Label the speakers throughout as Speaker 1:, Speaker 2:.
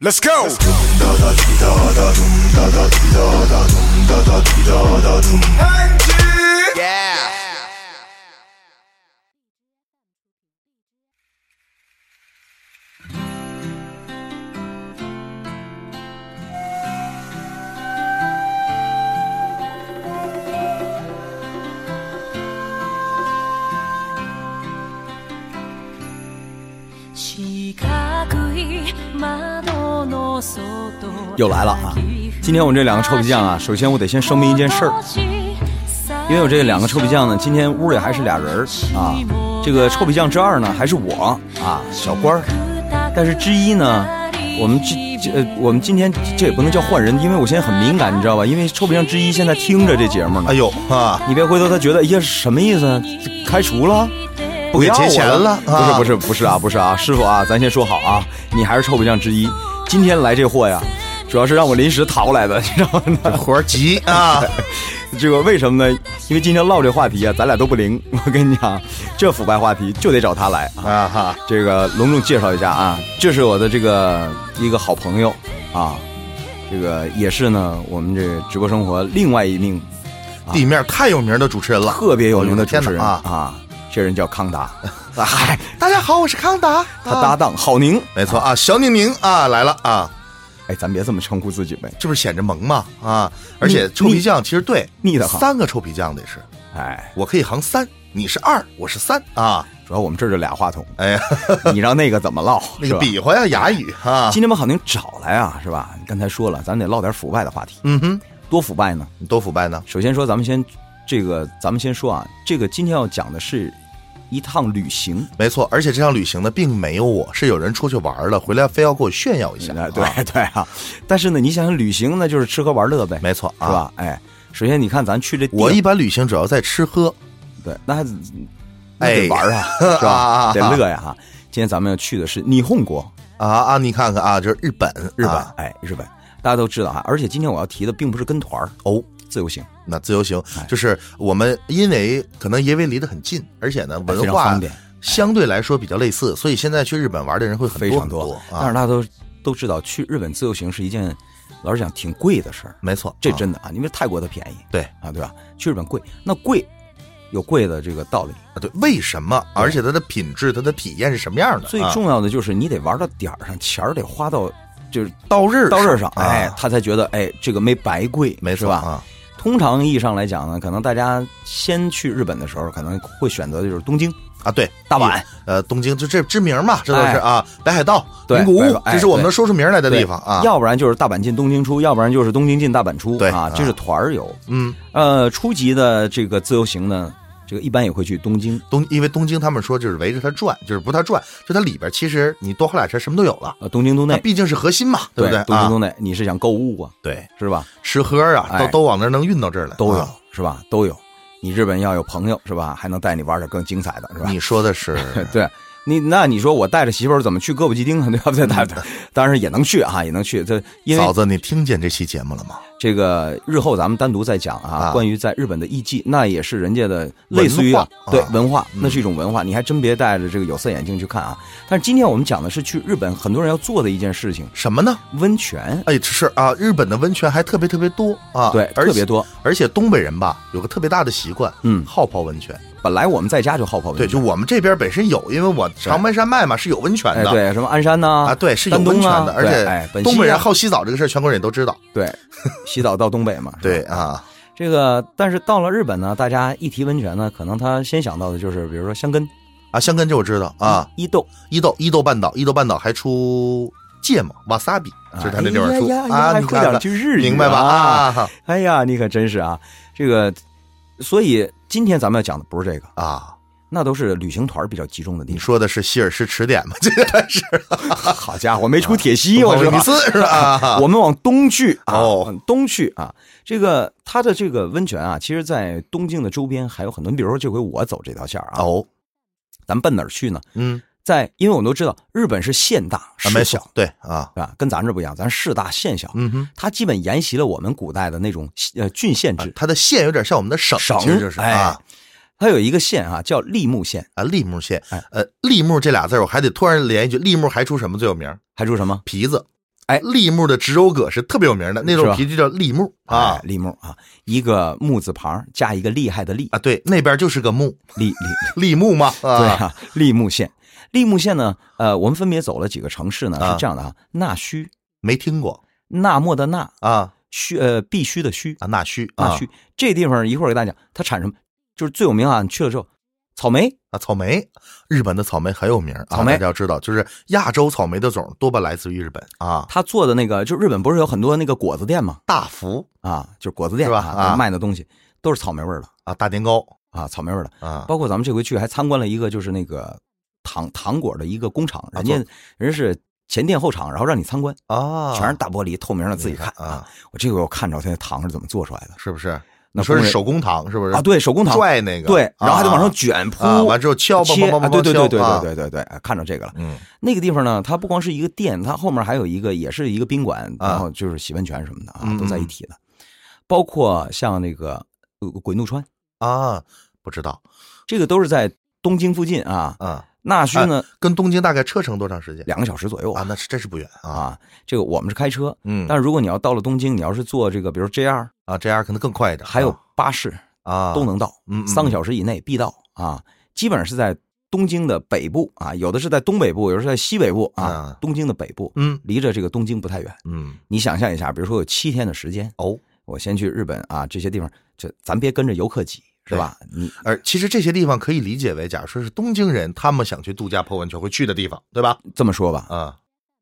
Speaker 1: Let's go. Yeah.
Speaker 2: 又来了啊！今天我们这两个臭皮匠啊，首先我得先声明一件事儿，因为我这两个臭皮匠呢，今天屋里还是俩人儿啊。这个臭皮匠之二呢，还是我啊，小官儿。但是之一呢，我们这这呃，我们今天这也不能叫换人，因为我现在很敏感，你知道吧？因为臭皮匠之一现在听着这节目呢
Speaker 3: 哎，呦啊，
Speaker 2: 你别回头他觉得，哎呀，什么意思啊？开除了？不
Speaker 3: 给
Speaker 2: 要
Speaker 3: 结钱
Speaker 2: 我
Speaker 3: 了
Speaker 2: 不是
Speaker 3: 啊
Speaker 2: 不是不是啊，不是啊，师傅啊，咱先说好啊，你还是臭皮匠之一。今天来这货呀，主要是让我临时逃来的，你知道吗？
Speaker 3: 活儿急 啊！
Speaker 2: 这个为什么呢？因为今天唠这话题啊，咱俩都不灵。 我跟你讲，这腐败话题就得找他来啊。
Speaker 3: 啊哈，
Speaker 2: 这个隆重介绍一下啊，这是我的这个一个好朋友啊，这个也是呢，我们这个直播生活另外一名
Speaker 3: 地面太有名的主持人了，
Speaker 2: 特别有名的主持
Speaker 3: 天
Speaker 2: 人
Speaker 3: 哪啊！
Speaker 2: 啊，这人叫康达。 嗨，
Speaker 3: 大家好，我是康达，
Speaker 2: 他搭档郝宁，
Speaker 3: 没错啊，小宁宁啊来了啊，
Speaker 2: 哎，咱别这么称呼自己呗。
Speaker 3: 这不是显着萌吗？啊，而且臭皮匠其实对
Speaker 2: 腻得慌
Speaker 3: 三个臭皮匠得是，
Speaker 2: 哎，
Speaker 3: 我可以行三，你是二，我是三啊，
Speaker 2: 主要我们这儿就俩 话筒，
Speaker 3: 哎呀，
Speaker 2: 你让那个怎么唠？
Speaker 3: 那
Speaker 2: 是
Speaker 3: 个
Speaker 2: 吧
Speaker 3: 比划呀，哑语啊，
Speaker 2: 今天把郝宁找来啊，是吧？刚才说了，咱得唠点腐败的话题，
Speaker 3: 嗯哼，
Speaker 2: 多腐败呢？
Speaker 3: 你多腐败呢？
Speaker 2: 首先说，咱们先这个，咱们先说啊，这个今天要讲的是一趟旅行。
Speaker 3: 没错，而且这趟旅行呢，并没有我，是有人出去玩了，回来非要给我炫耀一下
Speaker 2: 哎，
Speaker 3: 啊
Speaker 2: 对 对啊，但是呢，你想想旅行呢，就是吃喝玩乐呗，
Speaker 3: 没错
Speaker 2: 是
Speaker 3: 啊。
Speaker 2: 吧？哎，首先你看咱去这地儿，
Speaker 3: 我一般旅行主要在吃喝，
Speaker 2: 对，那还那得玩啊，是吧？
Speaker 3: 哎 啊
Speaker 2: 得乐呀哈。今天咱们要去的是霓虹国，
Speaker 3: 啊啊！你看看啊，这是日本，
Speaker 2: 日本
Speaker 3: 啊，
Speaker 2: 哎，日本，大家都知道啊。而且今天我要提的并不是跟团儿
Speaker 3: 哦，
Speaker 2: 自由行，
Speaker 3: 那自由行
Speaker 2: 哎
Speaker 3: 就是我们因为可能因为离得很近，而且呢
Speaker 2: 非
Speaker 3: 文
Speaker 2: 常
Speaker 3: 化
Speaker 2: 方便，哎
Speaker 3: 相对来说比较类似，所以现在去日本玩的人会很
Speaker 2: 非
Speaker 3: 多
Speaker 2: 常
Speaker 3: 很
Speaker 2: 多。但
Speaker 3: 啊
Speaker 2: 是。大家都都知道，去日本自由行是一件，老实讲挺贵的事儿，
Speaker 3: 没错，
Speaker 2: 这
Speaker 3: 啊
Speaker 2: 真的啊，因为泰国它便宜，
Speaker 3: 对
Speaker 2: 啊，对吧？去日本贵，那贵有贵的这个道理。
Speaker 3: 啊对。为什么？
Speaker 2: 对
Speaker 3: 而且它的品质、它的体验是什么样的？
Speaker 2: 最
Speaker 3: 啊
Speaker 2: 重要的就是你得玩到点儿上，钱儿得花到就是
Speaker 3: 到刃
Speaker 2: 到刃上，
Speaker 3: 啊
Speaker 2: 哎，他才觉得哎这个没白贵，
Speaker 3: 没
Speaker 2: 是
Speaker 3: 错
Speaker 2: 吧？
Speaker 3: 啊，
Speaker 2: 通常意义上来讲呢，可能大家先去日本的时候，可能会选择就是东京、
Speaker 3: 啊对，
Speaker 2: 大阪，
Speaker 3: 呃，东京就这知名嘛，这都
Speaker 2: 哎
Speaker 3: 是啊，北海道、
Speaker 2: 对
Speaker 3: 名古
Speaker 2: 北海
Speaker 3: 屋
Speaker 2: 道，哎
Speaker 3: 这是我们
Speaker 2: 对
Speaker 3: 能说出名来的地方啊。
Speaker 2: 要不然就是大阪进东京出，要不然就是东京进大阪出，
Speaker 3: 对
Speaker 2: 啊，
Speaker 3: 啊
Speaker 2: 这是团儿游。
Speaker 3: 嗯，
Speaker 2: 呃，初级的这个自由行呢，这个一般也会去东京。
Speaker 3: 东因为东京他们说就是围着它转，就是不是它转，就它里边其实你多花俩钱什么都有了，
Speaker 2: 呃，东京都
Speaker 3: 它
Speaker 2: 内，
Speaker 3: 毕竟是核心嘛，不啊对
Speaker 2: 东京
Speaker 3: 啊？
Speaker 2: 都内，你是想购物啊，
Speaker 3: 对，
Speaker 2: 是吧？
Speaker 3: 吃喝啊，
Speaker 2: 哎
Speaker 3: 都都往那儿能运到这儿来，
Speaker 2: 都有
Speaker 3: 啊。
Speaker 2: 是吧？都有。你日本要有朋友是吧？还能带你玩点更精彩的是吧？
Speaker 3: 你说的是
Speaker 2: 对你，那你说我带着媳妇儿怎么去歌舞伎町啊？ 对吧？对对对，当然也能去哈、也能去。这因
Speaker 3: 嗯
Speaker 2: 为
Speaker 3: 嫂子，你听见这期节目了吗？
Speaker 2: 这个日后咱们单独再讲啊，
Speaker 3: 啊
Speaker 2: 关于在日本的艺妓，那也是人家的类似于啊
Speaker 3: 文化
Speaker 2: 对
Speaker 3: 啊
Speaker 2: 文化，那是一种文化，你还真别戴着这个有色眼镜去看啊。但是今天我们讲的是去日本很多人要做的一件事情
Speaker 3: 什么呢？
Speaker 2: ——温泉，
Speaker 3: 哎，是啊，日本的温泉还特别特别多啊，
Speaker 2: 对，
Speaker 3: 而
Speaker 2: 特别
Speaker 3: 且。
Speaker 2: 多。
Speaker 3: 而且东北人吧，有个特别大的习惯，
Speaker 2: 嗯
Speaker 3: 好泡温泉。
Speaker 2: 本来我们在家就好泡温
Speaker 3: 对，
Speaker 2: 泉，
Speaker 3: 就我们这边本身有，因为我长白山脉嘛是有温泉
Speaker 2: 哎
Speaker 3: 的，
Speaker 2: 对，什么鞍山呐
Speaker 3: 啊，对，是有
Speaker 2: 丹
Speaker 3: 温
Speaker 2: 东
Speaker 3: 泉
Speaker 2: 啊
Speaker 3: 的，而
Speaker 2: 对哎
Speaker 3: 且
Speaker 2: 本
Speaker 3: 东
Speaker 2: 溪
Speaker 3: 北人
Speaker 2: 啊嗯
Speaker 3: 好洗澡这个事儿，全国人也都知道。
Speaker 2: 对， 洗澡到东北嘛，是吧
Speaker 3: 对啊，
Speaker 2: 这个，但是到了日本呢，大家一提温泉呢，可能他先想到的就是，比如说香根
Speaker 3: 啊，香根这我知道啊，，
Speaker 2: 伊豆
Speaker 3: 伊豆伊豆半岛，伊豆半岛还出芥末瓦萨比，就是他那地方出
Speaker 2: 哎呀呀呀
Speaker 3: 啊，
Speaker 2: 还
Speaker 3: 你
Speaker 2: 会
Speaker 3: 看
Speaker 2: 点
Speaker 3: 看
Speaker 2: 句日语，
Speaker 3: 明白吧？
Speaker 2: 啊？
Speaker 3: 啊
Speaker 2: 哎呀，你可真是啊，这个，所以今天咱们要讲的不是这个，
Speaker 3: 啊，
Speaker 2: 那都是旅行团比较集中的地
Speaker 3: 你
Speaker 2: 方。
Speaker 3: 说的是希尔斯词典吗？ 这个是
Speaker 2: 好家伙，没出铁西，我
Speaker 3: 威
Speaker 2: 说
Speaker 3: 尼斯 是吧？啊
Speaker 2: 我们往东去啊，
Speaker 3: 哦
Speaker 2: 往东去啊。这个它的这个温泉啊，其实在东京的周边还有很多。你比如说这回我走这条线儿啊，
Speaker 3: 哦，
Speaker 2: 咱们奔哪儿去呢？
Speaker 3: 嗯，
Speaker 2: 在，因为我们都知道日本是县大
Speaker 3: 啊没
Speaker 2: 市小
Speaker 3: 错，，对啊，
Speaker 2: 啊，跟咱这不一样，咱市大县小，
Speaker 3: 嗯哼，
Speaker 2: 它基本沿袭了我们古代的那种呃郡县
Speaker 3: 啊
Speaker 2: 制。
Speaker 3: 它的县有点像我们的省，
Speaker 2: 省
Speaker 3: 啊其实就是
Speaker 2: 哎
Speaker 3: 啊，
Speaker 2: 它有一个县啊，叫立木县，
Speaker 3: 啊，立木县
Speaker 2: 哎，
Speaker 3: 呃，立木这俩字儿我还得突然连一句，立木还出什么最有名？
Speaker 2: 还出什么？
Speaker 3: 皮子。
Speaker 2: 哎
Speaker 3: 立木的植鞣葛是特别有名的，那
Speaker 2: 是
Speaker 3: 种
Speaker 2: 吧
Speaker 3: 皮就叫立木
Speaker 2: 啊
Speaker 3: 啊，
Speaker 2: 立木啊，一个木字旁加一个厉害的厉，
Speaker 3: 啊，对，那边就是个木，
Speaker 2: 立立
Speaker 3: 立木嘛
Speaker 2: 对
Speaker 3: 啊，
Speaker 2: 啊，立木县，立木县呢，呃，我们分别走了几个城市呢，
Speaker 3: 啊
Speaker 2: 是这样的啊，纳须，
Speaker 3: 没听过
Speaker 2: 纳莫的纳，
Speaker 3: 啊
Speaker 2: 须呃必须的须，
Speaker 3: 啊，纳须
Speaker 2: 纳
Speaker 3: 啊
Speaker 2: 须这地方一会儿给大家讲，它产生就是最有名啊，你去了之后，草莓
Speaker 3: 啊，草莓，日本的草莓很有名啊，
Speaker 2: 草莓
Speaker 3: 大家要知道，就是亚洲草莓的种多半来自于日本啊，
Speaker 2: 他做的那个，就日本不是有很多那个果子店嘛，
Speaker 3: 大福
Speaker 2: 啊，就是果子店
Speaker 3: 是吧
Speaker 2: 啊
Speaker 3: 啊
Speaker 2: 卖的东西都是草莓味儿的
Speaker 3: 啊，大年糕
Speaker 2: 啊，草莓味儿的，
Speaker 3: 啊，
Speaker 2: 包括咱们这回去还参观了一个就是那个糖糖果的一个工厂，人家
Speaker 3: 做
Speaker 2: 人家是前店后厂，然后让你参观，
Speaker 3: 啊，
Speaker 2: 全是大玻璃透明的，自己
Speaker 3: 你
Speaker 2: 看
Speaker 3: 看啊，
Speaker 2: 我这回我看着它那糖是怎么做出来的。
Speaker 3: 是不是？
Speaker 2: 那
Speaker 3: 你说
Speaker 2: 工
Speaker 3: 是
Speaker 2: 人
Speaker 3: 手工糖是不是
Speaker 2: 啊，对手工糖
Speaker 3: 拽那个，
Speaker 2: 对，然后还得往上
Speaker 3: 啊
Speaker 2: 卷铺，
Speaker 3: 啊，完之后敲，
Speaker 2: 切
Speaker 3: 梆梆梆梆
Speaker 2: 啊对对
Speaker 3: 敲
Speaker 2: 对对
Speaker 3: 啊
Speaker 2: 对对对对，啊看着这个了。
Speaker 3: 嗯，
Speaker 2: 那个地方呢，它不光是一个店，它后面还有一个，也是一个宾馆，
Speaker 3: 啊
Speaker 2: 然后就是洗温泉什么的啊，
Speaker 3: 嗯
Speaker 2: 都在一起的。包括像那个呃鬼怒川，
Speaker 3: 啊，不知道
Speaker 2: 这个都是在东京附近啊。
Speaker 3: 啊，
Speaker 2: 那须呢，
Speaker 3: 跟东京大概车程多长时间？
Speaker 2: 两个小时左右
Speaker 3: 啊，那是真是不远啊。
Speaker 2: 啊。这个我们是开车，
Speaker 3: 嗯，
Speaker 2: 但是如果你要到了东京，你要是坐这个，比如 JR，
Speaker 3: 啊，这样可能更快一点。
Speaker 2: 还有巴士
Speaker 3: 啊，
Speaker 2: 都能到，
Speaker 3: 嗯嗯
Speaker 2: 三个小时以内必到啊。基本上是在东京的北部啊，有的是在东北部，有的是在西北部啊
Speaker 3: 啊。
Speaker 2: 东京的北部
Speaker 3: 嗯
Speaker 2: 离着这个东京不太远。
Speaker 3: 嗯
Speaker 2: 你想象一下，比如说有七天的时间，
Speaker 3: 哦。
Speaker 2: 我先去日本啊，这些地方，这咱别跟着游客挤，是吧？你
Speaker 3: 而其实这些地方可以理解为，假如说是东京人他们想去度假泡温泉会去的地方，对吧？
Speaker 2: 这么说吧，
Speaker 3: 啊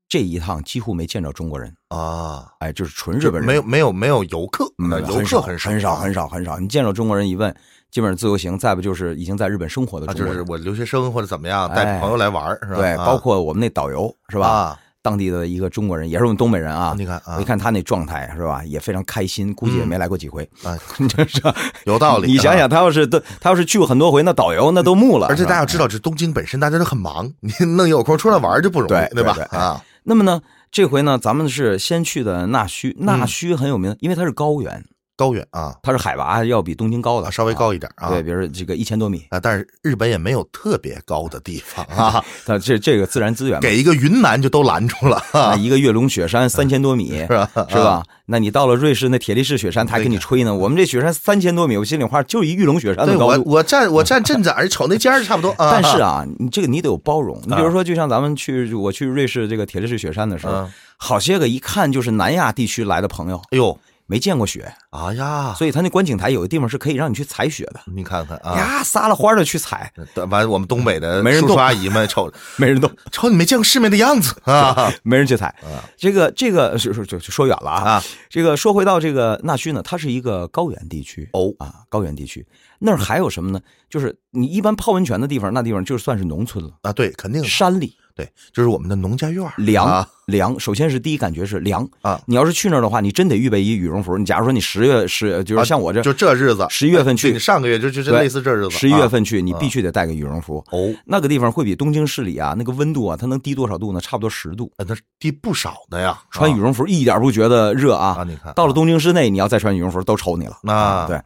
Speaker 2: 这一趟几乎没见着中国人，
Speaker 3: 啊，
Speaker 2: 哎，就是纯日本人，
Speaker 3: 没有没有没有游客，
Speaker 2: 嗯。
Speaker 3: 那游
Speaker 2: 很
Speaker 3: 客
Speaker 2: 少，
Speaker 3: 很
Speaker 2: 很少，
Speaker 3: 啊
Speaker 2: 很少，很少。你见着中国人一问，基本上自由行，再不就是已经在日本生活的
Speaker 3: 啊，
Speaker 2: 中
Speaker 3: 就
Speaker 2: 国
Speaker 3: 是
Speaker 2: 人，
Speaker 3: 我留学生或者怎么样
Speaker 2: 哎
Speaker 3: 带朋友来玩儿是吧？
Speaker 2: 对，
Speaker 3: 啊
Speaker 2: 包括我们那导游是吧？
Speaker 3: 啊，
Speaker 2: 当地的一个中国人，也是我们东北人啊。
Speaker 3: 你看啊
Speaker 2: 我一看他那状态是吧，也非常开心，估计也没来过几回，
Speaker 3: 啊，
Speaker 2: 真是
Speaker 3: 有道理。
Speaker 2: 你想啊
Speaker 3: 啊
Speaker 2: 想，他要是都他要是去过很多回，那导游那都木了。
Speaker 3: 而且大家
Speaker 2: 是吧
Speaker 3: 要知道，这东京本身大家都很忙，你 弄有空出来玩儿就不容
Speaker 2: 对
Speaker 3: 易，吧
Speaker 2: 对？对
Speaker 3: 啊，
Speaker 2: 那么呢，这回呢，咱们是先去的纳须，
Speaker 3: 嗯
Speaker 2: 纳须很有名，因为它是高原，
Speaker 3: 高原啊，
Speaker 2: 它是海拔要比东京高的，
Speaker 3: 啊稍微高一点啊
Speaker 2: 对，比如说这个一千多米，
Speaker 3: 啊，但是日本也没有特别高的地方啊，
Speaker 2: 它这这个自然资源嘛。
Speaker 3: 给一个云南就都拦住了
Speaker 2: 那
Speaker 3: 啊，
Speaker 2: 一个月龙雪 山三千多米，是啊
Speaker 3: 吧
Speaker 2: 吧？那你到了瑞士那铁力士雪山，他还跟你吹呢。我们这雪山三千多米，我心里话就一玉龙雪山
Speaker 3: 对
Speaker 2: 的高
Speaker 3: 我
Speaker 2: 度。
Speaker 3: 我站我站镇子，而瞅那尖儿差不多啊，
Speaker 2: 但是啊，你这个你得有包容。你比如说，就像咱们去我去瑞士这个铁力士雪山的时候
Speaker 3: 嗯，
Speaker 2: 好些个一看就是南亚地区来的朋友，
Speaker 3: 哎呦，
Speaker 2: 没见过雪，
Speaker 3: 哎呀，
Speaker 2: 所以他那观景台有的地方是可以让你去踩雪的。
Speaker 3: 你看看啊，
Speaker 2: 呀，撒了欢儿的去踩，
Speaker 3: 完我们东北的
Speaker 2: 没人
Speaker 3: 叔
Speaker 2: 动
Speaker 3: 叔阿姨们瞅
Speaker 2: 没人动，
Speaker 3: 瞅你没见过世面的样子啊，
Speaker 2: 没人去踩。 这个这个是是就就说远了啊
Speaker 3: 啊
Speaker 2: 这个说回到这个纳须呢，它是一个高原地区
Speaker 3: 哦
Speaker 2: 啊，高原地区那儿还有什么呢？就是你一般泡温泉的地方，那地方就算是农村了，
Speaker 3: 啊，对，肯定是
Speaker 2: 山里
Speaker 3: 对，就是我们的农家院儿
Speaker 2: 凉、
Speaker 3: 啊
Speaker 2: 凉。首先是第一感觉是凉
Speaker 3: 啊
Speaker 2: 你要是去那儿的话，你真得预备一羽绒服。你假如说你十月十，就是像我这
Speaker 3: 啊就这日子，
Speaker 2: 11月份去
Speaker 3: 对你上个月就就就
Speaker 2: 对
Speaker 3: 类似这日子，
Speaker 2: 十一月
Speaker 3: 啊
Speaker 2: 份去，你必须得带个羽绒服。
Speaker 3: 哦。
Speaker 2: 那个地方会比东京市里啊，那个温度啊，它能低多少度呢？差不多十度。
Speaker 3: 啊，那是低不少的呀，
Speaker 2: 穿羽绒服一点不觉得热啊！
Speaker 3: 啊你看
Speaker 2: 到了东京市内，你要再穿羽绒服都瞅你了
Speaker 3: 啊
Speaker 2: 对，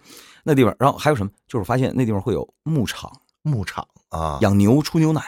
Speaker 2: 那地方，然后还有什么？就是发现那地方会有牧场，
Speaker 3: 牧场啊
Speaker 2: 养牛出牛奶。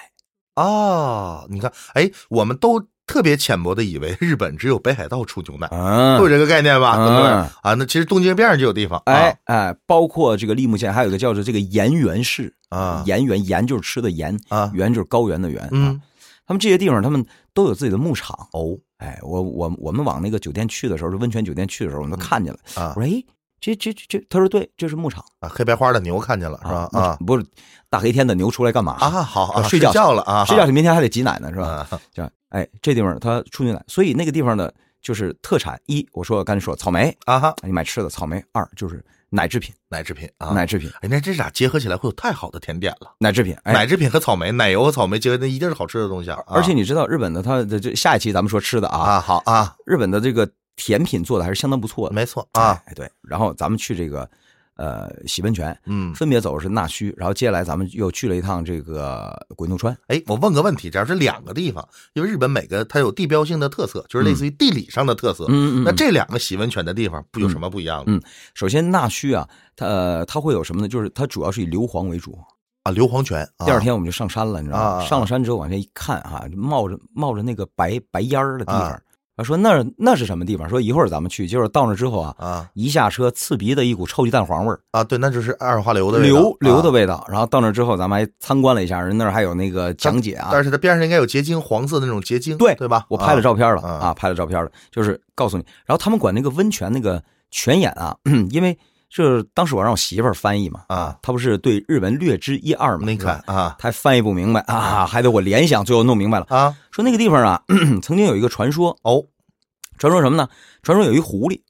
Speaker 3: 啊！你看，哎，我们都特别浅薄的以为日本只有北海道出牛奶，
Speaker 2: 嗯
Speaker 3: 会有，这个概念吧？
Speaker 2: 嗯
Speaker 3: 对不对啊，那其实东京边上就有地方，
Speaker 2: 哎哎，包括这个立木县，还有一个叫做这个盐源市
Speaker 3: 啊
Speaker 2: 盐源盐就是吃的盐
Speaker 3: 啊
Speaker 2: 源就是高原的源。啊
Speaker 3: 嗯，
Speaker 2: 他们这些地方他们都有自己的牧场。
Speaker 3: 哦
Speaker 2: 哎，我我我们往那个酒店去的时候，就温泉酒店去的时候，我们都看见了。
Speaker 3: 啊
Speaker 2: 我说，哎，这这这，这，他说对，这是牧场
Speaker 3: 啊，黑白花的牛看见了是吧？
Speaker 2: 牧场
Speaker 3: 啊
Speaker 2: 不是大黑天的牛出来干嘛
Speaker 3: 啊，好啊，
Speaker 2: 睡
Speaker 3: 睡
Speaker 2: 觉
Speaker 3: 了啊，
Speaker 2: 睡觉你明天还得挤奶呢，是吧？
Speaker 3: 啊
Speaker 2: 这样，哎，这地方它出牛奶，所以那个地方的就是特产一，我说我刚才说草莓，
Speaker 3: 啊哈，
Speaker 2: 你买吃的草莓；二就是奶制品，
Speaker 3: 奶制品啊，
Speaker 2: 奶制品，
Speaker 3: 哎，那这俩结合起来会有太好的甜点了，
Speaker 2: 奶制品，哎。
Speaker 3: 奶制品和草莓，奶油和草莓结合，那一定是好吃的东西啊。啊
Speaker 2: 而且你知道日本的它的这下一期咱们说吃的啊，
Speaker 3: 啊，好啊，
Speaker 2: 日本的这个甜品做的还是相当不错的。
Speaker 3: 没错啊，
Speaker 2: 哎，对，然后咱们去这个呃洗温泉，
Speaker 3: 嗯，
Speaker 2: 分别走的是纳须，然后接下来咱们又去了一趟这个鬼怒川。
Speaker 3: 哎，我问个问题，假如是两个地方，因为日本每个它有地标性的特色，就是类似于地理上的特色。
Speaker 2: 嗯
Speaker 3: 那这两个洗温泉的地方不有什么不一样的、
Speaker 2: 嗯首先纳须啊，它呃它会有什么呢？就是它主要是以硫磺为主。
Speaker 3: 啊？硫磺泉。啊、
Speaker 2: 第二天我们就上山了，你知道
Speaker 3: 啊
Speaker 2: 吗？
Speaker 3: 啊啊
Speaker 2: 上了山之后往下一看哈、冒着冒着那个白白烟儿的地方
Speaker 3: 啊，
Speaker 2: 啊、说那儿那是什么地方？说一会儿咱们去。结果到那之后啊，
Speaker 3: 啊
Speaker 2: 一下车刺鼻的一股臭鸡蛋黄味儿，
Speaker 3: 啊，对，那就是二氧化硫的味道
Speaker 2: 硫硫的
Speaker 3: 啊
Speaker 2: 味道。然后到那之后，咱们还参观了一下，人那儿还有那个讲解啊。
Speaker 3: 但是它边上应该有结晶，黄色的那种结晶，
Speaker 2: 对
Speaker 3: 对吧？
Speaker 2: 我拍了照
Speaker 3: 啊，
Speaker 2: 片了
Speaker 3: 啊
Speaker 2: 啊拍了照片了，就是告诉你。然后他们管那个温泉那个泉眼啊， 因为这当时我让我媳妇儿翻译嘛，
Speaker 3: 啊，
Speaker 2: 她不是对日文略知一二嘛，
Speaker 3: 你
Speaker 2: 是吧
Speaker 3: 看啊
Speaker 2: 她还翻译不明白啊，还得我联想，最后弄明白了。
Speaker 3: 啊
Speaker 2: 说那个地方啊， 曾经有一个传说，
Speaker 3: 哦，
Speaker 2: 传说什么呢？传说有一狐狸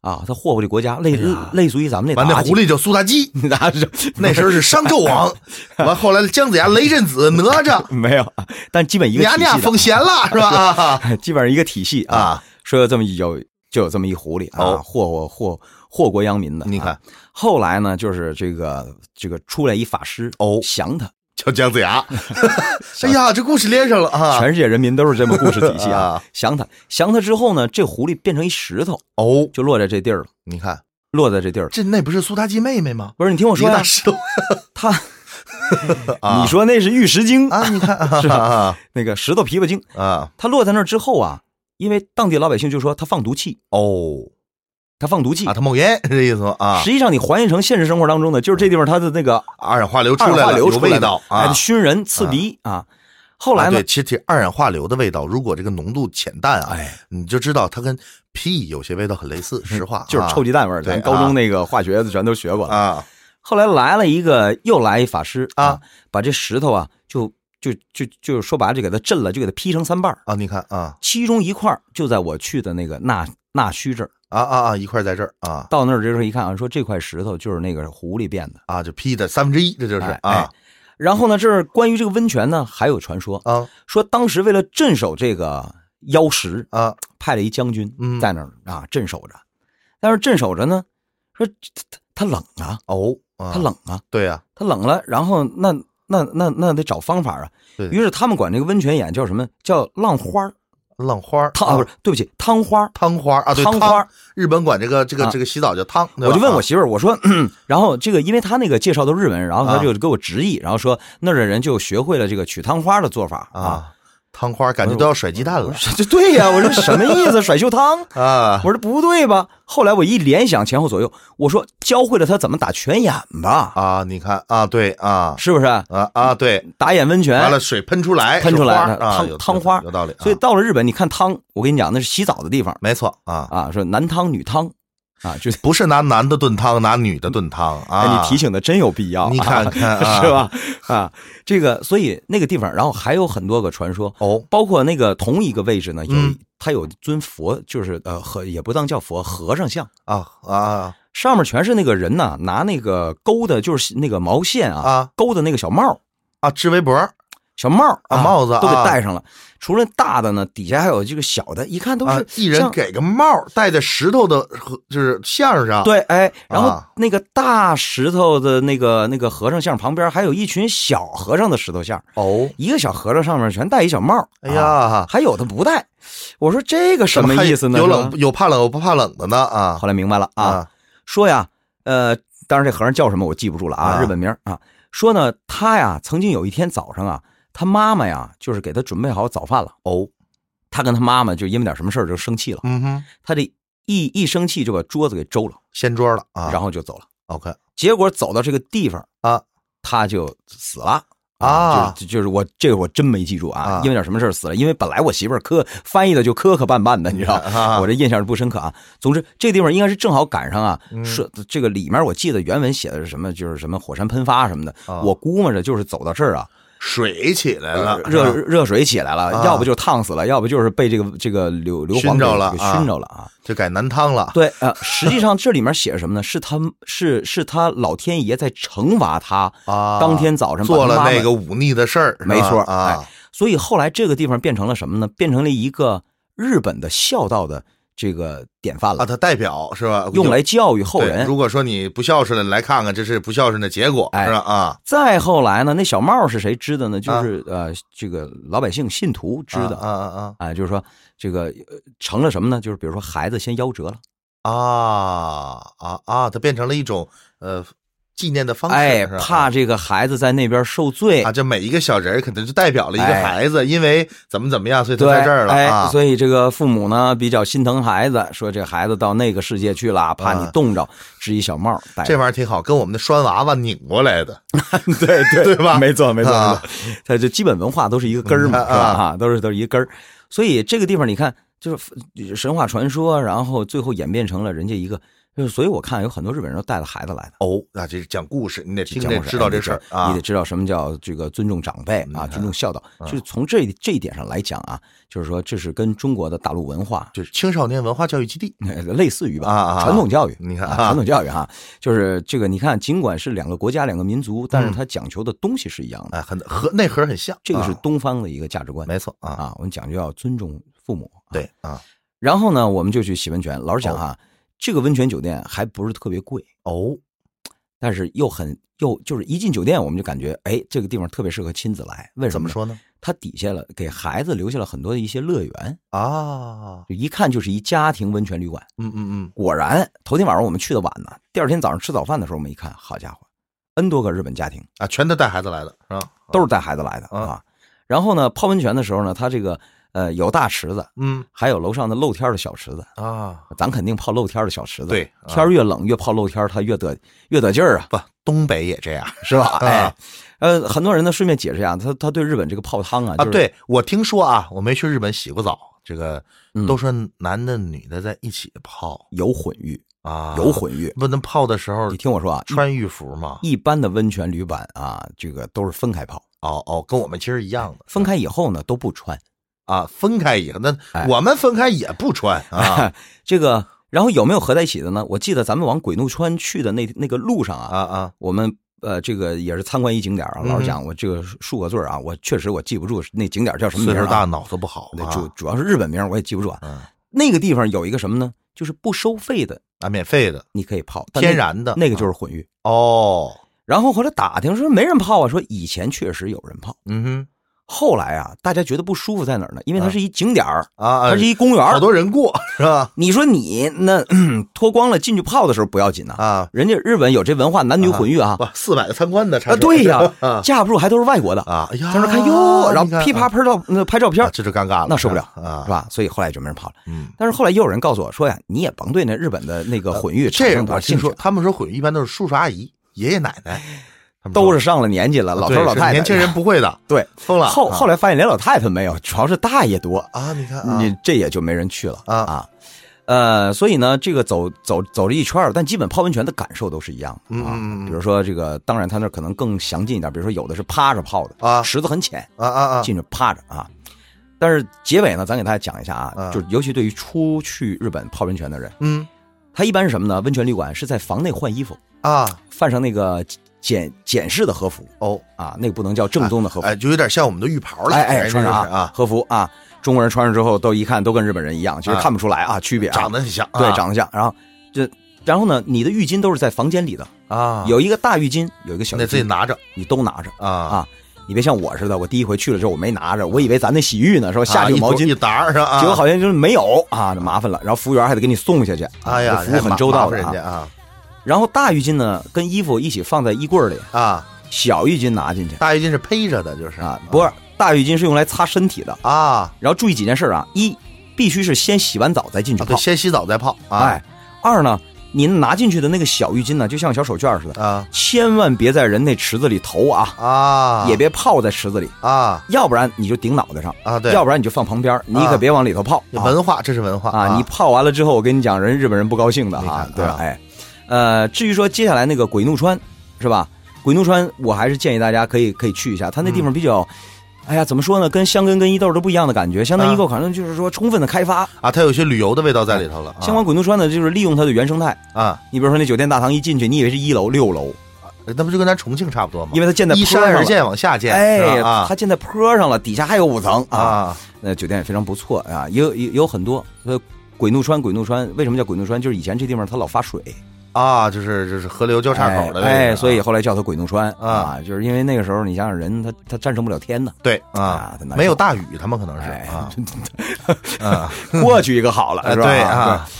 Speaker 2: 啊，它祸祸这国家，类、
Speaker 3: 哎呀
Speaker 2: 类似于咱们那
Speaker 3: 完那
Speaker 2: 妲己
Speaker 3: 狐狸叫苏妲 己，
Speaker 2: 那是
Speaker 3: 那时候是商纣 王，完后来姜子牙、雷震子、哪吒，
Speaker 2: 没有，但基本一
Speaker 3: 你
Speaker 2: 个
Speaker 3: 俩你俩
Speaker 2: 体
Speaker 3: 奉贤了是吧？啊
Speaker 2: 系的， 基本上一个体系 啊。
Speaker 3: 啊，
Speaker 2: 说这么一有就有这么一狐狸啊，
Speaker 3: 哦
Speaker 2: 祸祸祸祸国殃民的。
Speaker 3: 你
Speaker 2: 啊
Speaker 3: 看
Speaker 2: 后来呢，就是这个这个出来一法师
Speaker 3: 哦
Speaker 2: 降他，
Speaker 3: 叫姜子 牙，哎呀，这故事连上了啊
Speaker 2: 全，世界人民都是这么故事体系啊
Speaker 3: 啊，
Speaker 2: 降他降他之后呢，这狐狸变成一石头，
Speaker 3: 哦，
Speaker 2: 就落在这地儿了，
Speaker 3: 你看
Speaker 2: 落在这地儿了。
Speaker 3: 这那不是苏妲己妹妹吗？
Speaker 2: 不是你听我
Speaker 3: 我
Speaker 2: 说呀
Speaker 3: 大，石头
Speaker 2: 他
Speaker 3: 啊
Speaker 2: 你说那是玉石精，
Speaker 3: 啊，你看啊
Speaker 2: 是
Speaker 3: 啊
Speaker 2: 那个石头琵琶精，
Speaker 3: 啊
Speaker 2: 它落在那儿之后啊，因为当地老百姓就说它放毒气，
Speaker 3: 哦
Speaker 2: 它放毒气
Speaker 3: 啊，，他冒烟是这意思吗？啊
Speaker 2: 实，际上你还原成现实生活当中的，就是这地方它的那个
Speaker 3: 二氧化硫出
Speaker 2: 二氧
Speaker 3: 来
Speaker 2: 化
Speaker 3: 了，
Speaker 2: 硫
Speaker 3: 有
Speaker 2: 出来
Speaker 3: 味
Speaker 2: 了
Speaker 3: 道
Speaker 2: 哎
Speaker 3: 啊。
Speaker 2: 熏人刺鼻啊。后来
Speaker 3: 啊
Speaker 2: 呢
Speaker 3: 对，，其实这二氧化硫的味道，如果这个浓度浅淡啊，
Speaker 2: 哎，
Speaker 3: 你就知道它跟屁有些味道很类似。实话，
Speaker 2: 就是臭鸡蛋味儿，
Speaker 3: 啊对
Speaker 2: 咱高中那个化学全都学过了。
Speaker 3: 啊
Speaker 2: 后来来了一个，又来一法师
Speaker 3: 啊，
Speaker 2: 把这石头啊，就就就就说白了，就给它震了，就给它劈成三瓣儿
Speaker 3: 啊！你看啊
Speaker 2: 其中一块儿就在我去的那个纳纳须这儿。
Speaker 3: 啊啊啊，一块儿在这儿啊
Speaker 2: 到那儿之后一看啊，说这块石头就是那个狐狸变的。
Speaker 3: 啊，就屁的三分之一，这就是
Speaker 2: 哎哎
Speaker 3: 啊
Speaker 2: 然后呢，这儿关于这个温泉呢，还有传说，
Speaker 3: 啊
Speaker 2: 说当时为了镇守这个妖石，
Speaker 3: 啊
Speaker 2: 派了一将军
Speaker 3: 嗯
Speaker 2: 在那儿啊镇守着，但是镇守着呢，说他他他冷啊，
Speaker 3: 哦，啊
Speaker 2: 他冷啊，
Speaker 3: 对呀，
Speaker 2: 他冷了，然后那那那那得找方法啊
Speaker 3: 对。
Speaker 2: 于是他们管这个温泉眼叫什么叫浪花儿
Speaker 3: 浪花
Speaker 2: 汤啊，不是对不起汤花儿。
Speaker 3: 汤花啊，对
Speaker 2: 汤花，
Speaker 3: 日本管这个这个
Speaker 2: 啊
Speaker 3: 这个洗澡叫汤。对吧
Speaker 2: 我就问我
Speaker 3: 啊
Speaker 2: 媳妇儿，我说， 咳然后这个因为他那个介绍都是日文，然后
Speaker 3: 啊
Speaker 2: 他就给我直译，然后说那儿的人就学会了这个取汤花的做法啊。
Speaker 3: 啊，汤花感觉都要甩鸡蛋
Speaker 2: 我
Speaker 3: 了
Speaker 2: 说这对呀、我说什么意思？甩袖汤？
Speaker 3: 啊
Speaker 2: 我说不对吧？后来我一联想前后左右，我说教会了他怎么打泉眼吧，
Speaker 3: 啊！你看啊，对啊
Speaker 2: 是不是？
Speaker 3: 啊啊，对，
Speaker 2: 打眼温泉
Speaker 3: 完。了啊水喷出来，
Speaker 2: 哎喷出来
Speaker 3: 是
Speaker 2: 的
Speaker 3: 花啊
Speaker 2: 汤
Speaker 3: 有
Speaker 2: 汤花
Speaker 3: 有道理。啊
Speaker 2: 所以到了日本，你看汤，我跟你讲，那是洗澡的地方
Speaker 3: 没错啊，
Speaker 2: 啊，说男汤女汤啊，就是、
Speaker 3: 不是拿男的炖汤，拿女的炖汤啊。
Speaker 2: 哎你提醒的真有必要，
Speaker 3: 你看 看啊
Speaker 2: 是吧？啊，这个所以那个地方，然后还有很多个传说，
Speaker 3: 哦
Speaker 2: 包括那个同一个位置呢，有
Speaker 3: 嗯
Speaker 2: 它有尊佛，就是呃和也不当叫佛，和尚像。
Speaker 3: 啊啊
Speaker 2: 上面全是那个人呐，拿那个勾的，就是那个毛线啊，
Speaker 3: 啊
Speaker 2: 勾的那个小帽儿，
Speaker 3: 啊！织围脖啊
Speaker 2: 小帽儿
Speaker 3: 啊帽子啊
Speaker 2: 都给戴上了。除了大的呢，底下还有这个小的，一看都是、
Speaker 3: 啊一人。给个帽，戴在石头的和就是线上。
Speaker 2: 对，哎，然后
Speaker 3: 啊
Speaker 2: 那个大石头的那个那个和尚像旁边还有一群小和尚的石头像，
Speaker 3: 哦，
Speaker 2: 一个小和尚上面全戴一小帽儿，
Speaker 3: 哎
Speaker 2: 啊
Speaker 3: 呀，
Speaker 2: 还有的不戴。我说这个什么意思呢？
Speaker 3: 有
Speaker 2: 是
Speaker 3: 冷
Speaker 2: 吧
Speaker 3: 有怕冷有不怕冷的呢啊
Speaker 2: 后来明白了啊，说呀，呃，当然这和尚叫什么我记不住了啊，
Speaker 3: 啊
Speaker 2: 日本名儿啊。说呢，他呀曾经有一天早上啊，他妈妈呀就是给他准备好早饭了。
Speaker 3: 哦，
Speaker 2: 他跟他妈妈就因为点什么事儿就生气了，
Speaker 3: 嗯哼，
Speaker 2: 他这一一生气就把桌子给周了，
Speaker 3: 掀桌了啊。
Speaker 2: 然后就走了。
Speaker 3: OK
Speaker 2: 结果走到这个地方
Speaker 3: 啊，
Speaker 2: 他就死了。
Speaker 3: 啊
Speaker 2: 就是就是我这个我真没记住啊，
Speaker 3: 啊
Speaker 2: 因为点什么事儿死了。因为本来我媳妇儿磕翻译的就磕磕绊绊的，你知道，
Speaker 3: 啊
Speaker 2: 我这印象是不深刻啊。总之，这地方应该是正好赶上啊，
Speaker 3: 嗯
Speaker 2: 是这个里面我记得原文写的是什么，就是什么火山喷发什么的。
Speaker 3: 啊
Speaker 2: 我估摸着就是走到这儿啊，呃
Speaker 3: 水起来了，啊
Speaker 2: 热
Speaker 3: 是吧
Speaker 2: 热水起来了，
Speaker 3: 啊
Speaker 2: 要不就烫死了，要不就是被这个这个硫硫磺
Speaker 3: 熏着了
Speaker 2: 给给
Speaker 3: 啊
Speaker 2: 熏着了啊。
Speaker 3: 就改男汤了。
Speaker 2: 对，呃，实际上这里面写着什么呢？是他是是他老天爷在惩罚他，
Speaker 3: 啊，
Speaker 2: 当天早晨把
Speaker 3: 做
Speaker 2: 他妈
Speaker 3: 了
Speaker 2: 妈
Speaker 3: 那个忤逆的事儿，是吧
Speaker 2: 没错哎
Speaker 3: 啊
Speaker 2: 哎所以后来这个地方变成了什么呢？变成了一个日本的孝道的这个典范
Speaker 3: 啊，
Speaker 2: 了，
Speaker 3: 它代表是吧？
Speaker 2: 用来教育后
Speaker 3: 对
Speaker 2: 人。
Speaker 3: 如果说你不孝顺了，来看看这是不孝顺的结果，
Speaker 2: 哎
Speaker 3: 是吧？啊，
Speaker 2: 再后来呢，那小帽是谁织的呢？就是、呃，这个老百姓信徒织的
Speaker 3: 啊啊
Speaker 2: 啊就是说这个、呃成了什么呢？就是比如说孩子先夭折了，
Speaker 3: 啊啊啊啊！它变成了一种呃纪念的方式，
Speaker 2: 哎，
Speaker 3: 是吧
Speaker 2: 怕这个孩子在那边受罪，
Speaker 3: 啊，这每一个小人儿可能就代表了一个
Speaker 2: 哎
Speaker 3: 孩子，因为怎么怎么样，所以他
Speaker 2: 对，
Speaker 3: 在这儿了
Speaker 2: 哎，
Speaker 3: 啊。
Speaker 2: 所以这个父母呢比较心疼孩子，说这孩子到那个世界去了，怕
Speaker 3: 啊
Speaker 2: 你冻着，织一小帽戴
Speaker 3: 这
Speaker 2: 着。
Speaker 3: 玩意儿挺好，跟我们的拴娃娃拧过来的，
Speaker 2: 对对
Speaker 3: 对吧
Speaker 2: 没错没错，
Speaker 3: 啊
Speaker 2: 没错它这基本文化都是一个根儿嘛，
Speaker 3: 嗯
Speaker 2: 是吧？哈，都是都是一个根儿。所以这个地方你看，就是呃神话传说，然后最后演变成了人家一个，就是所以我看有很多日本人都带着孩子来的。
Speaker 3: 哦，那这是讲故事，你得听
Speaker 2: 讲
Speaker 3: 得
Speaker 2: 故事
Speaker 3: 知道
Speaker 2: 哎
Speaker 3: 这
Speaker 2: 你
Speaker 3: 事儿
Speaker 2: 得
Speaker 3: 啊嗯
Speaker 2: 你得。知道什么叫这个尊重长辈啊，尊重孝道，就是从这这一点上来讲啊，就是说这是跟中国的大陆文化
Speaker 3: 就是青少年文化教育基地，
Speaker 2: 呃类似于吧，
Speaker 3: 啊啊啊
Speaker 2: 传统教育，
Speaker 3: 你看
Speaker 2: 啊
Speaker 3: 啊
Speaker 2: 传统教育哈，就是这个，你看，尽管是两个国家、两个民族，但是
Speaker 3: 嗯
Speaker 2: 它讲求的东西是一样的，
Speaker 3: 哎，很和内核很像。
Speaker 2: 这个是
Speaker 3: 啊
Speaker 2: 东方的一个价值观
Speaker 3: 没错啊，
Speaker 2: 啊。我们讲究要尊重父母，啊。
Speaker 3: 对啊，
Speaker 2: 然后呢，我们就去洗温泉。老实讲哈，这个温泉酒店还不是特别贵，
Speaker 3: 哦，
Speaker 2: 但是又很又就是一进酒店，我们就感觉哎，这个地方特别适合亲子来。为什
Speaker 3: 怎
Speaker 2: 么
Speaker 3: 么
Speaker 2: 呢？
Speaker 3: 说呢？
Speaker 2: 它底下了给孩子留下了很多的一些乐园，
Speaker 3: 啊，
Speaker 2: 就一看就是一家庭温泉旅馆。
Speaker 3: 嗯嗯
Speaker 2: 果然，头天晚上我们去的晚呢，第二天早上吃早饭的时候，我们一看，好家伙，N 多个日本家庭
Speaker 3: 啊，全都带孩子来的是吧？
Speaker 2: 都是带孩子来的
Speaker 3: 啊
Speaker 2: 啊。然后呢，泡温泉的时候呢，它这个呃有大池子，
Speaker 3: 嗯
Speaker 2: 还有楼上的露天的小池子，
Speaker 3: 啊，
Speaker 2: 咱肯定泡露天的小池子。
Speaker 3: 对啊
Speaker 2: 天儿越冷越泡露天儿，它越得越得劲儿啊，
Speaker 3: 不，东北也 这样
Speaker 2: 是吧？哎
Speaker 3: 啊，
Speaker 2: 呃，很多人呢，顺便解释一下，他他对日本这个泡汤啊，
Speaker 3: 啊。
Speaker 2: 就是、，
Speaker 3: 对我听说啊，我没去日本洗过澡，这个
Speaker 2: 嗯
Speaker 3: 都说男的女的在一起泡
Speaker 2: 有混浴，
Speaker 3: 啊，
Speaker 2: 有混浴。
Speaker 3: 不能泡的时候
Speaker 2: 你听我说啊，
Speaker 3: 穿浴服嘛？
Speaker 2: 一般的温泉旅馆啊，这个都是分开泡，
Speaker 3: 哦哦，跟我们其实一样的
Speaker 2: 分开以后呢都不穿。
Speaker 3: 啊，分开以后，那
Speaker 2: 哎
Speaker 3: 我们分开也不 穿啊
Speaker 2: 这个，然后有没有合在一起的呢？我记得咱们往鬼怒川去的那那个路上啊，
Speaker 3: 啊啊
Speaker 2: 我们呃这个也是参观一景点啊。
Speaker 3: 嗯
Speaker 2: 老实讲，我这个数个字儿啊，我确实我记不住那景点叫什么
Speaker 3: 岁
Speaker 2: 名儿
Speaker 3: 数
Speaker 2: 啊
Speaker 3: 大，脑子不好
Speaker 2: 对
Speaker 3: 啊
Speaker 2: 主主要是日本名儿我也记不住啊。
Speaker 3: 嗯
Speaker 2: 那个地方有一个什么呢？就是不收费的，
Speaker 3: 啊，免费的，
Speaker 2: 你可以泡但那
Speaker 3: 天然的啊
Speaker 2: 那个就是混浴。
Speaker 3: 哦，
Speaker 2: 然后后来打听说没人泡啊，说以前确实有人泡，
Speaker 3: 嗯
Speaker 2: 后来啊大家觉得不舒服在哪儿呢？因为它
Speaker 3: 啊
Speaker 2: 是一景点儿，
Speaker 3: 哼啊，
Speaker 2: 它
Speaker 3: 啊
Speaker 2: 是一公园儿
Speaker 3: 好。多人过是吧？
Speaker 2: 你说你那嗯脱光了进去泡的时候不要紧呐、
Speaker 3: 啊，
Speaker 2: 人家日本有这文化男女混浴啊，
Speaker 3: 不，四百个参观的差
Speaker 2: 啊
Speaker 3: 不多
Speaker 2: 对呀
Speaker 3: 啊，
Speaker 2: 架不住还都是外国的，
Speaker 3: 啊，哎呀，
Speaker 2: 在那看哟，然
Speaker 3: 你看
Speaker 2: 后噼啪
Speaker 3: 啊
Speaker 2: 拍照那拍照片
Speaker 3: 啊，，这就尴尬了，
Speaker 2: 那受不了
Speaker 3: 啊，
Speaker 2: 是？吧？所以后来就没人泡了。
Speaker 3: 嗯，呃
Speaker 2: 但是后来也有人告诉我说呀，你也甭对那日本的那个混浴产
Speaker 3: 这
Speaker 2: 生多
Speaker 3: 我
Speaker 2: 少兴
Speaker 3: 听
Speaker 2: 趣
Speaker 3: 说，他们说混一般都是叔叔阿姨、爷爷奶 奶，他们说
Speaker 2: 都是上了年纪了，老头
Speaker 3: 对
Speaker 2: 老
Speaker 3: 是
Speaker 2: 太太，
Speaker 3: 年轻人不会的，
Speaker 2: 对。
Speaker 3: 疯了。
Speaker 2: 后
Speaker 3: 啊
Speaker 2: 后来发现连老太太没有，主要是大爷多，
Speaker 3: 啊，你看啊，
Speaker 2: 你这也就没人去了
Speaker 3: 啊
Speaker 2: 啊。呃，所以呢，这个走走走了一圈儿但基本泡温泉的感受都是一样的啊。
Speaker 3: 嗯嗯嗯
Speaker 2: 比如说这个，当然他那儿可能更详尽一点，比如说有的是趴着泡的
Speaker 3: 啊
Speaker 2: 池子很浅，
Speaker 3: 啊啊啊，
Speaker 2: 进去趴着啊。但是结尾呢，咱给大家讲一下啊，
Speaker 3: 啊
Speaker 2: 就是尤其对于初去日本泡温泉的人，
Speaker 3: 嗯
Speaker 2: 他一般是什么呢？温泉旅馆是在房内换衣服，
Speaker 3: 啊，
Speaker 2: 换上那个简简式的和服
Speaker 3: 哦，
Speaker 2: 啊，那个不能叫正宗的和服，
Speaker 3: 哎，就有点像我们的浴袍了，
Speaker 2: 哎
Speaker 3: 感
Speaker 2: 哎，
Speaker 3: 觉
Speaker 2: 穿上
Speaker 3: 就是
Speaker 2: 啊
Speaker 3: 啊，
Speaker 2: 和服啊，中国人穿上之后都一看都跟日本人一样，其实
Speaker 3: 啊
Speaker 2: 看不出来啊区别啊，
Speaker 3: 长得很像，
Speaker 2: 对
Speaker 3: 啊
Speaker 2: 长得像，然后这然后呢，你的浴巾都是在房间里的，
Speaker 3: 啊，
Speaker 2: 有一个大浴巾，有一个小浴
Speaker 3: 那自己
Speaker 2: 巾，
Speaker 3: 拿着
Speaker 2: 你都拿着
Speaker 3: 啊
Speaker 2: 啊。你别像我似的，我第一回去了之后我没拿着，我以为咱那洗浴呢，说下去有毛巾
Speaker 3: 啊一，沓儿是吧？啊
Speaker 2: 结果好像就是没有啊，那麻烦了。然后服务员还得给你送下去，啊
Speaker 3: 哎
Speaker 2: 这
Speaker 3: 呀，
Speaker 2: 服务很周到的
Speaker 3: 麻烦人
Speaker 2: 啊。
Speaker 3: 家啊
Speaker 2: 然后大浴巾呢跟衣服一起放在衣柜里，
Speaker 3: 啊，
Speaker 2: 小浴巾拿进去
Speaker 3: 大浴巾是披着的，就是
Speaker 2: 啊，不是大浴巾是用来擦身体的。
Speaker 3: 啊啊，
Speaker 2: 然后注意几件事啊，一必须是先洗完澡再进去泡
Speaker 3: 啊对，，先洗澡再泡啊，
Speaker 2: 哎，二呢，您拿进去的那个小浴巾呢，就像小手绢似的，
Speaker 3: 啊
Speaker 2: 千万别在人那池子里投啊，
Speaker 3: 啊，
Speaker 2: 也别泡在池子里，
Speaker 3: 啊
Speaker 2: 要不然你就顶脑袋上，
Speaker 3: 啊，对，
Speaker 2: 要不然你就放旁边，你可别往里头泡啊
Speaker 3: 文化，这是文化
Speaker 2: 啊！你泡完了之后，我跟你讲，人日本人不高兴的
Speaker 3: 你看
Speaker 2: 啊
Speaker 3: 啊，
Speaker 2: 对吧？哎，呃，至于说接下来那个鬼怒川是吧？鬼怒川，我还是建议大家可以可以去一下，它那地方比
Speaker 3: 嗯
Speaker 2: 较。哎呀，怎么说呢？跟香根跟伊豆都不一样的感觉。香根伊豆可能就是说充分的开发，
Speaker 3: 啊啊，它有些旅游的味道在里头了，啊
Speaker 2: 香港鬼怒川呢就是利用它的原生态。
Speaker 3: 啊，
Speaker 2: 你比如说那酒店大堂一进去，你以为是一楼六楼，
Speaker 3: 那不就跟咱重庆差不多吗？
Speaker 2: 因为它建在
Speaker 3: 啊依
Speaker 2: 坡
Speaker 3: 山而
Speaker 2: 上了。
Speaker 3: 建，往下建，
Speaker 2: 哎
Speaker 3: 是吧，啊
Speaker 2: 它建在坡上了，底下还有五层啊。
Speaker 3: 啊
Speaker 2: 那酒店也非常不错啊，也有也有很多。所以鬼怒川，鬼怒川为什么叫鬼怒川？就是以前这地方它老发水，
Speaker 3: 啊，就是就是河流交叉口的位置啊
Speaker 2: 哎，哎所以后来叫它鬼怒川
Speaker 3: 啊
Speaker 2: 啊，就是因为那个时候你想想人他他战胜不了天 呢，
Speaker 3: 对
Speaker 2: 啊
Speaker 3: 啊
Speaker 2: 他难，受
Speaker 3: 没有大雨，他们可能是
Speaker 2: 哎
Speaker 3: 啊，
Speaker 2: 啊，过去一个好了，
Speaker 3: 哎
Speaker 2: 是吧？
Speaker 3: 对啊
Speaker 2: 对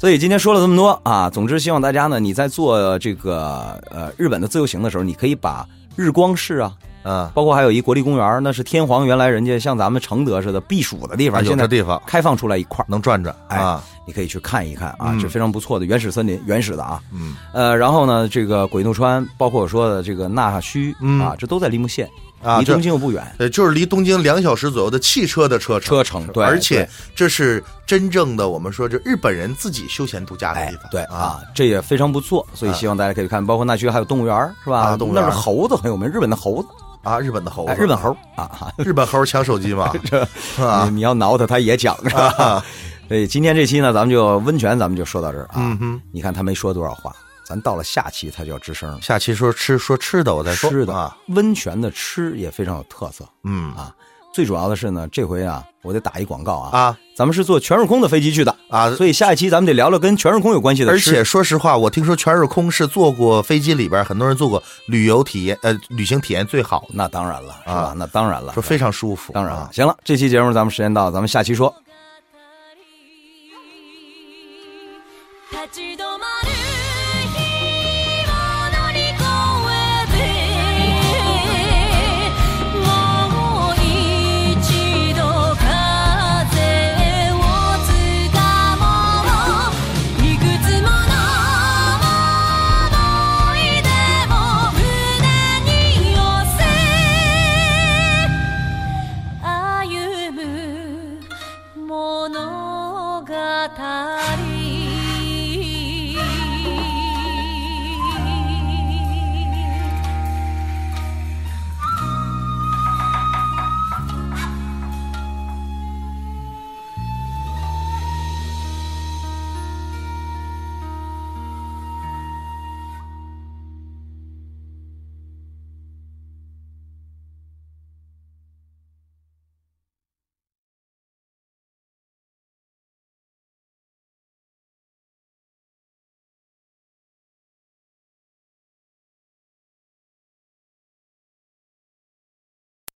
Speaker 2: 所以今天说了这么多啊，总之希望大家呢，你在做这个呃日本的自由行的时候，你可以把日光市啊，
Speaker 3: 啊，
Speaker 2: 包括还有一国立公园，那是天皇原来人家像咱们承德似的避暑的地方，
Speaker 3: 啊有
Speaker 2: 现
Speaker 3: 这
Speaker 2: 在
Speaker 3: 地方
Speaker 2: 开放出来一块儿
Speaker 3: 能转转
Speaker 2: 哎
Speaker 3: 啊，
Speaker 2: 你可以去看一看啊，
Speaker 3: 嗯
Speaker 2: 这非常不错的原始森林，原始的啊。
Speaker 3: 嗯
Speaker 2: 呃，然后呢，这个鬼怒川，包括我说的这个那须、
Speaker 3: 嗯
Speaker 2: 啊，这都在离木县，
Speaker 3: 啊，
Speaker 2: 离
Speaker 3: 这
Speaker 2: 东京又不远，
Speaker 3: 呃就是离东京两小时左右的汽车的车程，
Speaker 2: 车程对，
Speaker 3: 而且
Speaker 2: 对
Speaker 3: 这是真正的我们说这日本人自己休闲度假的
Speaker 2: 哎
Speaker 3: 地方，
Speaker 2: 对
Speaker 3: 啊，
Speaker 2: 啊，这也非常不错，所以希望大家可以看，包括那须还有动物园儿是吧？
Speaker 3: 啊动物园
Speaker 2: 那
Speaker 3: 儿
Speaker 2: 是猴子很有名，日本的猴子，
Speaker 3: 啊，日本的猴子，
Speaker 2: 哎，日本猴儿啊，
Speaker 3: 日本猴抢手机嘛，
Speaker 2: 啊
Speaker 3: 啊
Speaker 2: 你你要挠它，它也讲是吧？所以今天这期呢，咱们就温泉，咱们就说到这儿啊。
Speaker 3: 嗯哼，
Speaker 2: 你看他没说多少话，咱到了下期他就要吱声了。
Speaker 3: 下期说吃说吃的，我再说
Speaker 2: 吃的
Speaker 3: 啊，，
Speaker 2: 温泉的吃也非常有特色。
Speaker 3: 嗯
Speaker 2: 啊最主要的是呢，这回啊，我得打一广告啊，
Speaker 3: 啊
Speaker 2: 咱们是坐全日空的飞机去的，
Speaker 3: 啊，
Speaker 2: 所以下一期咱们得聊聊跟全日空有关系的
Speaker 3: 而
Speaker 2: 吃。
Speaker 3: 且说实话，我听说全日空是做过飞机里边很多人做过旅游体验，呃，旅行体验最好的，
Speaker 2: 那当然了，是吧？
Speaker 3: 啊
Speaker 2: 那当然了，
Speaker 3: 说非常舒服。
Speaker 2: 当然了
Speaker 3: 啊。
Speaker 2: 行了，这期节目咱们时间到了，咱们下期说。
Speaker 4: 立ち止ま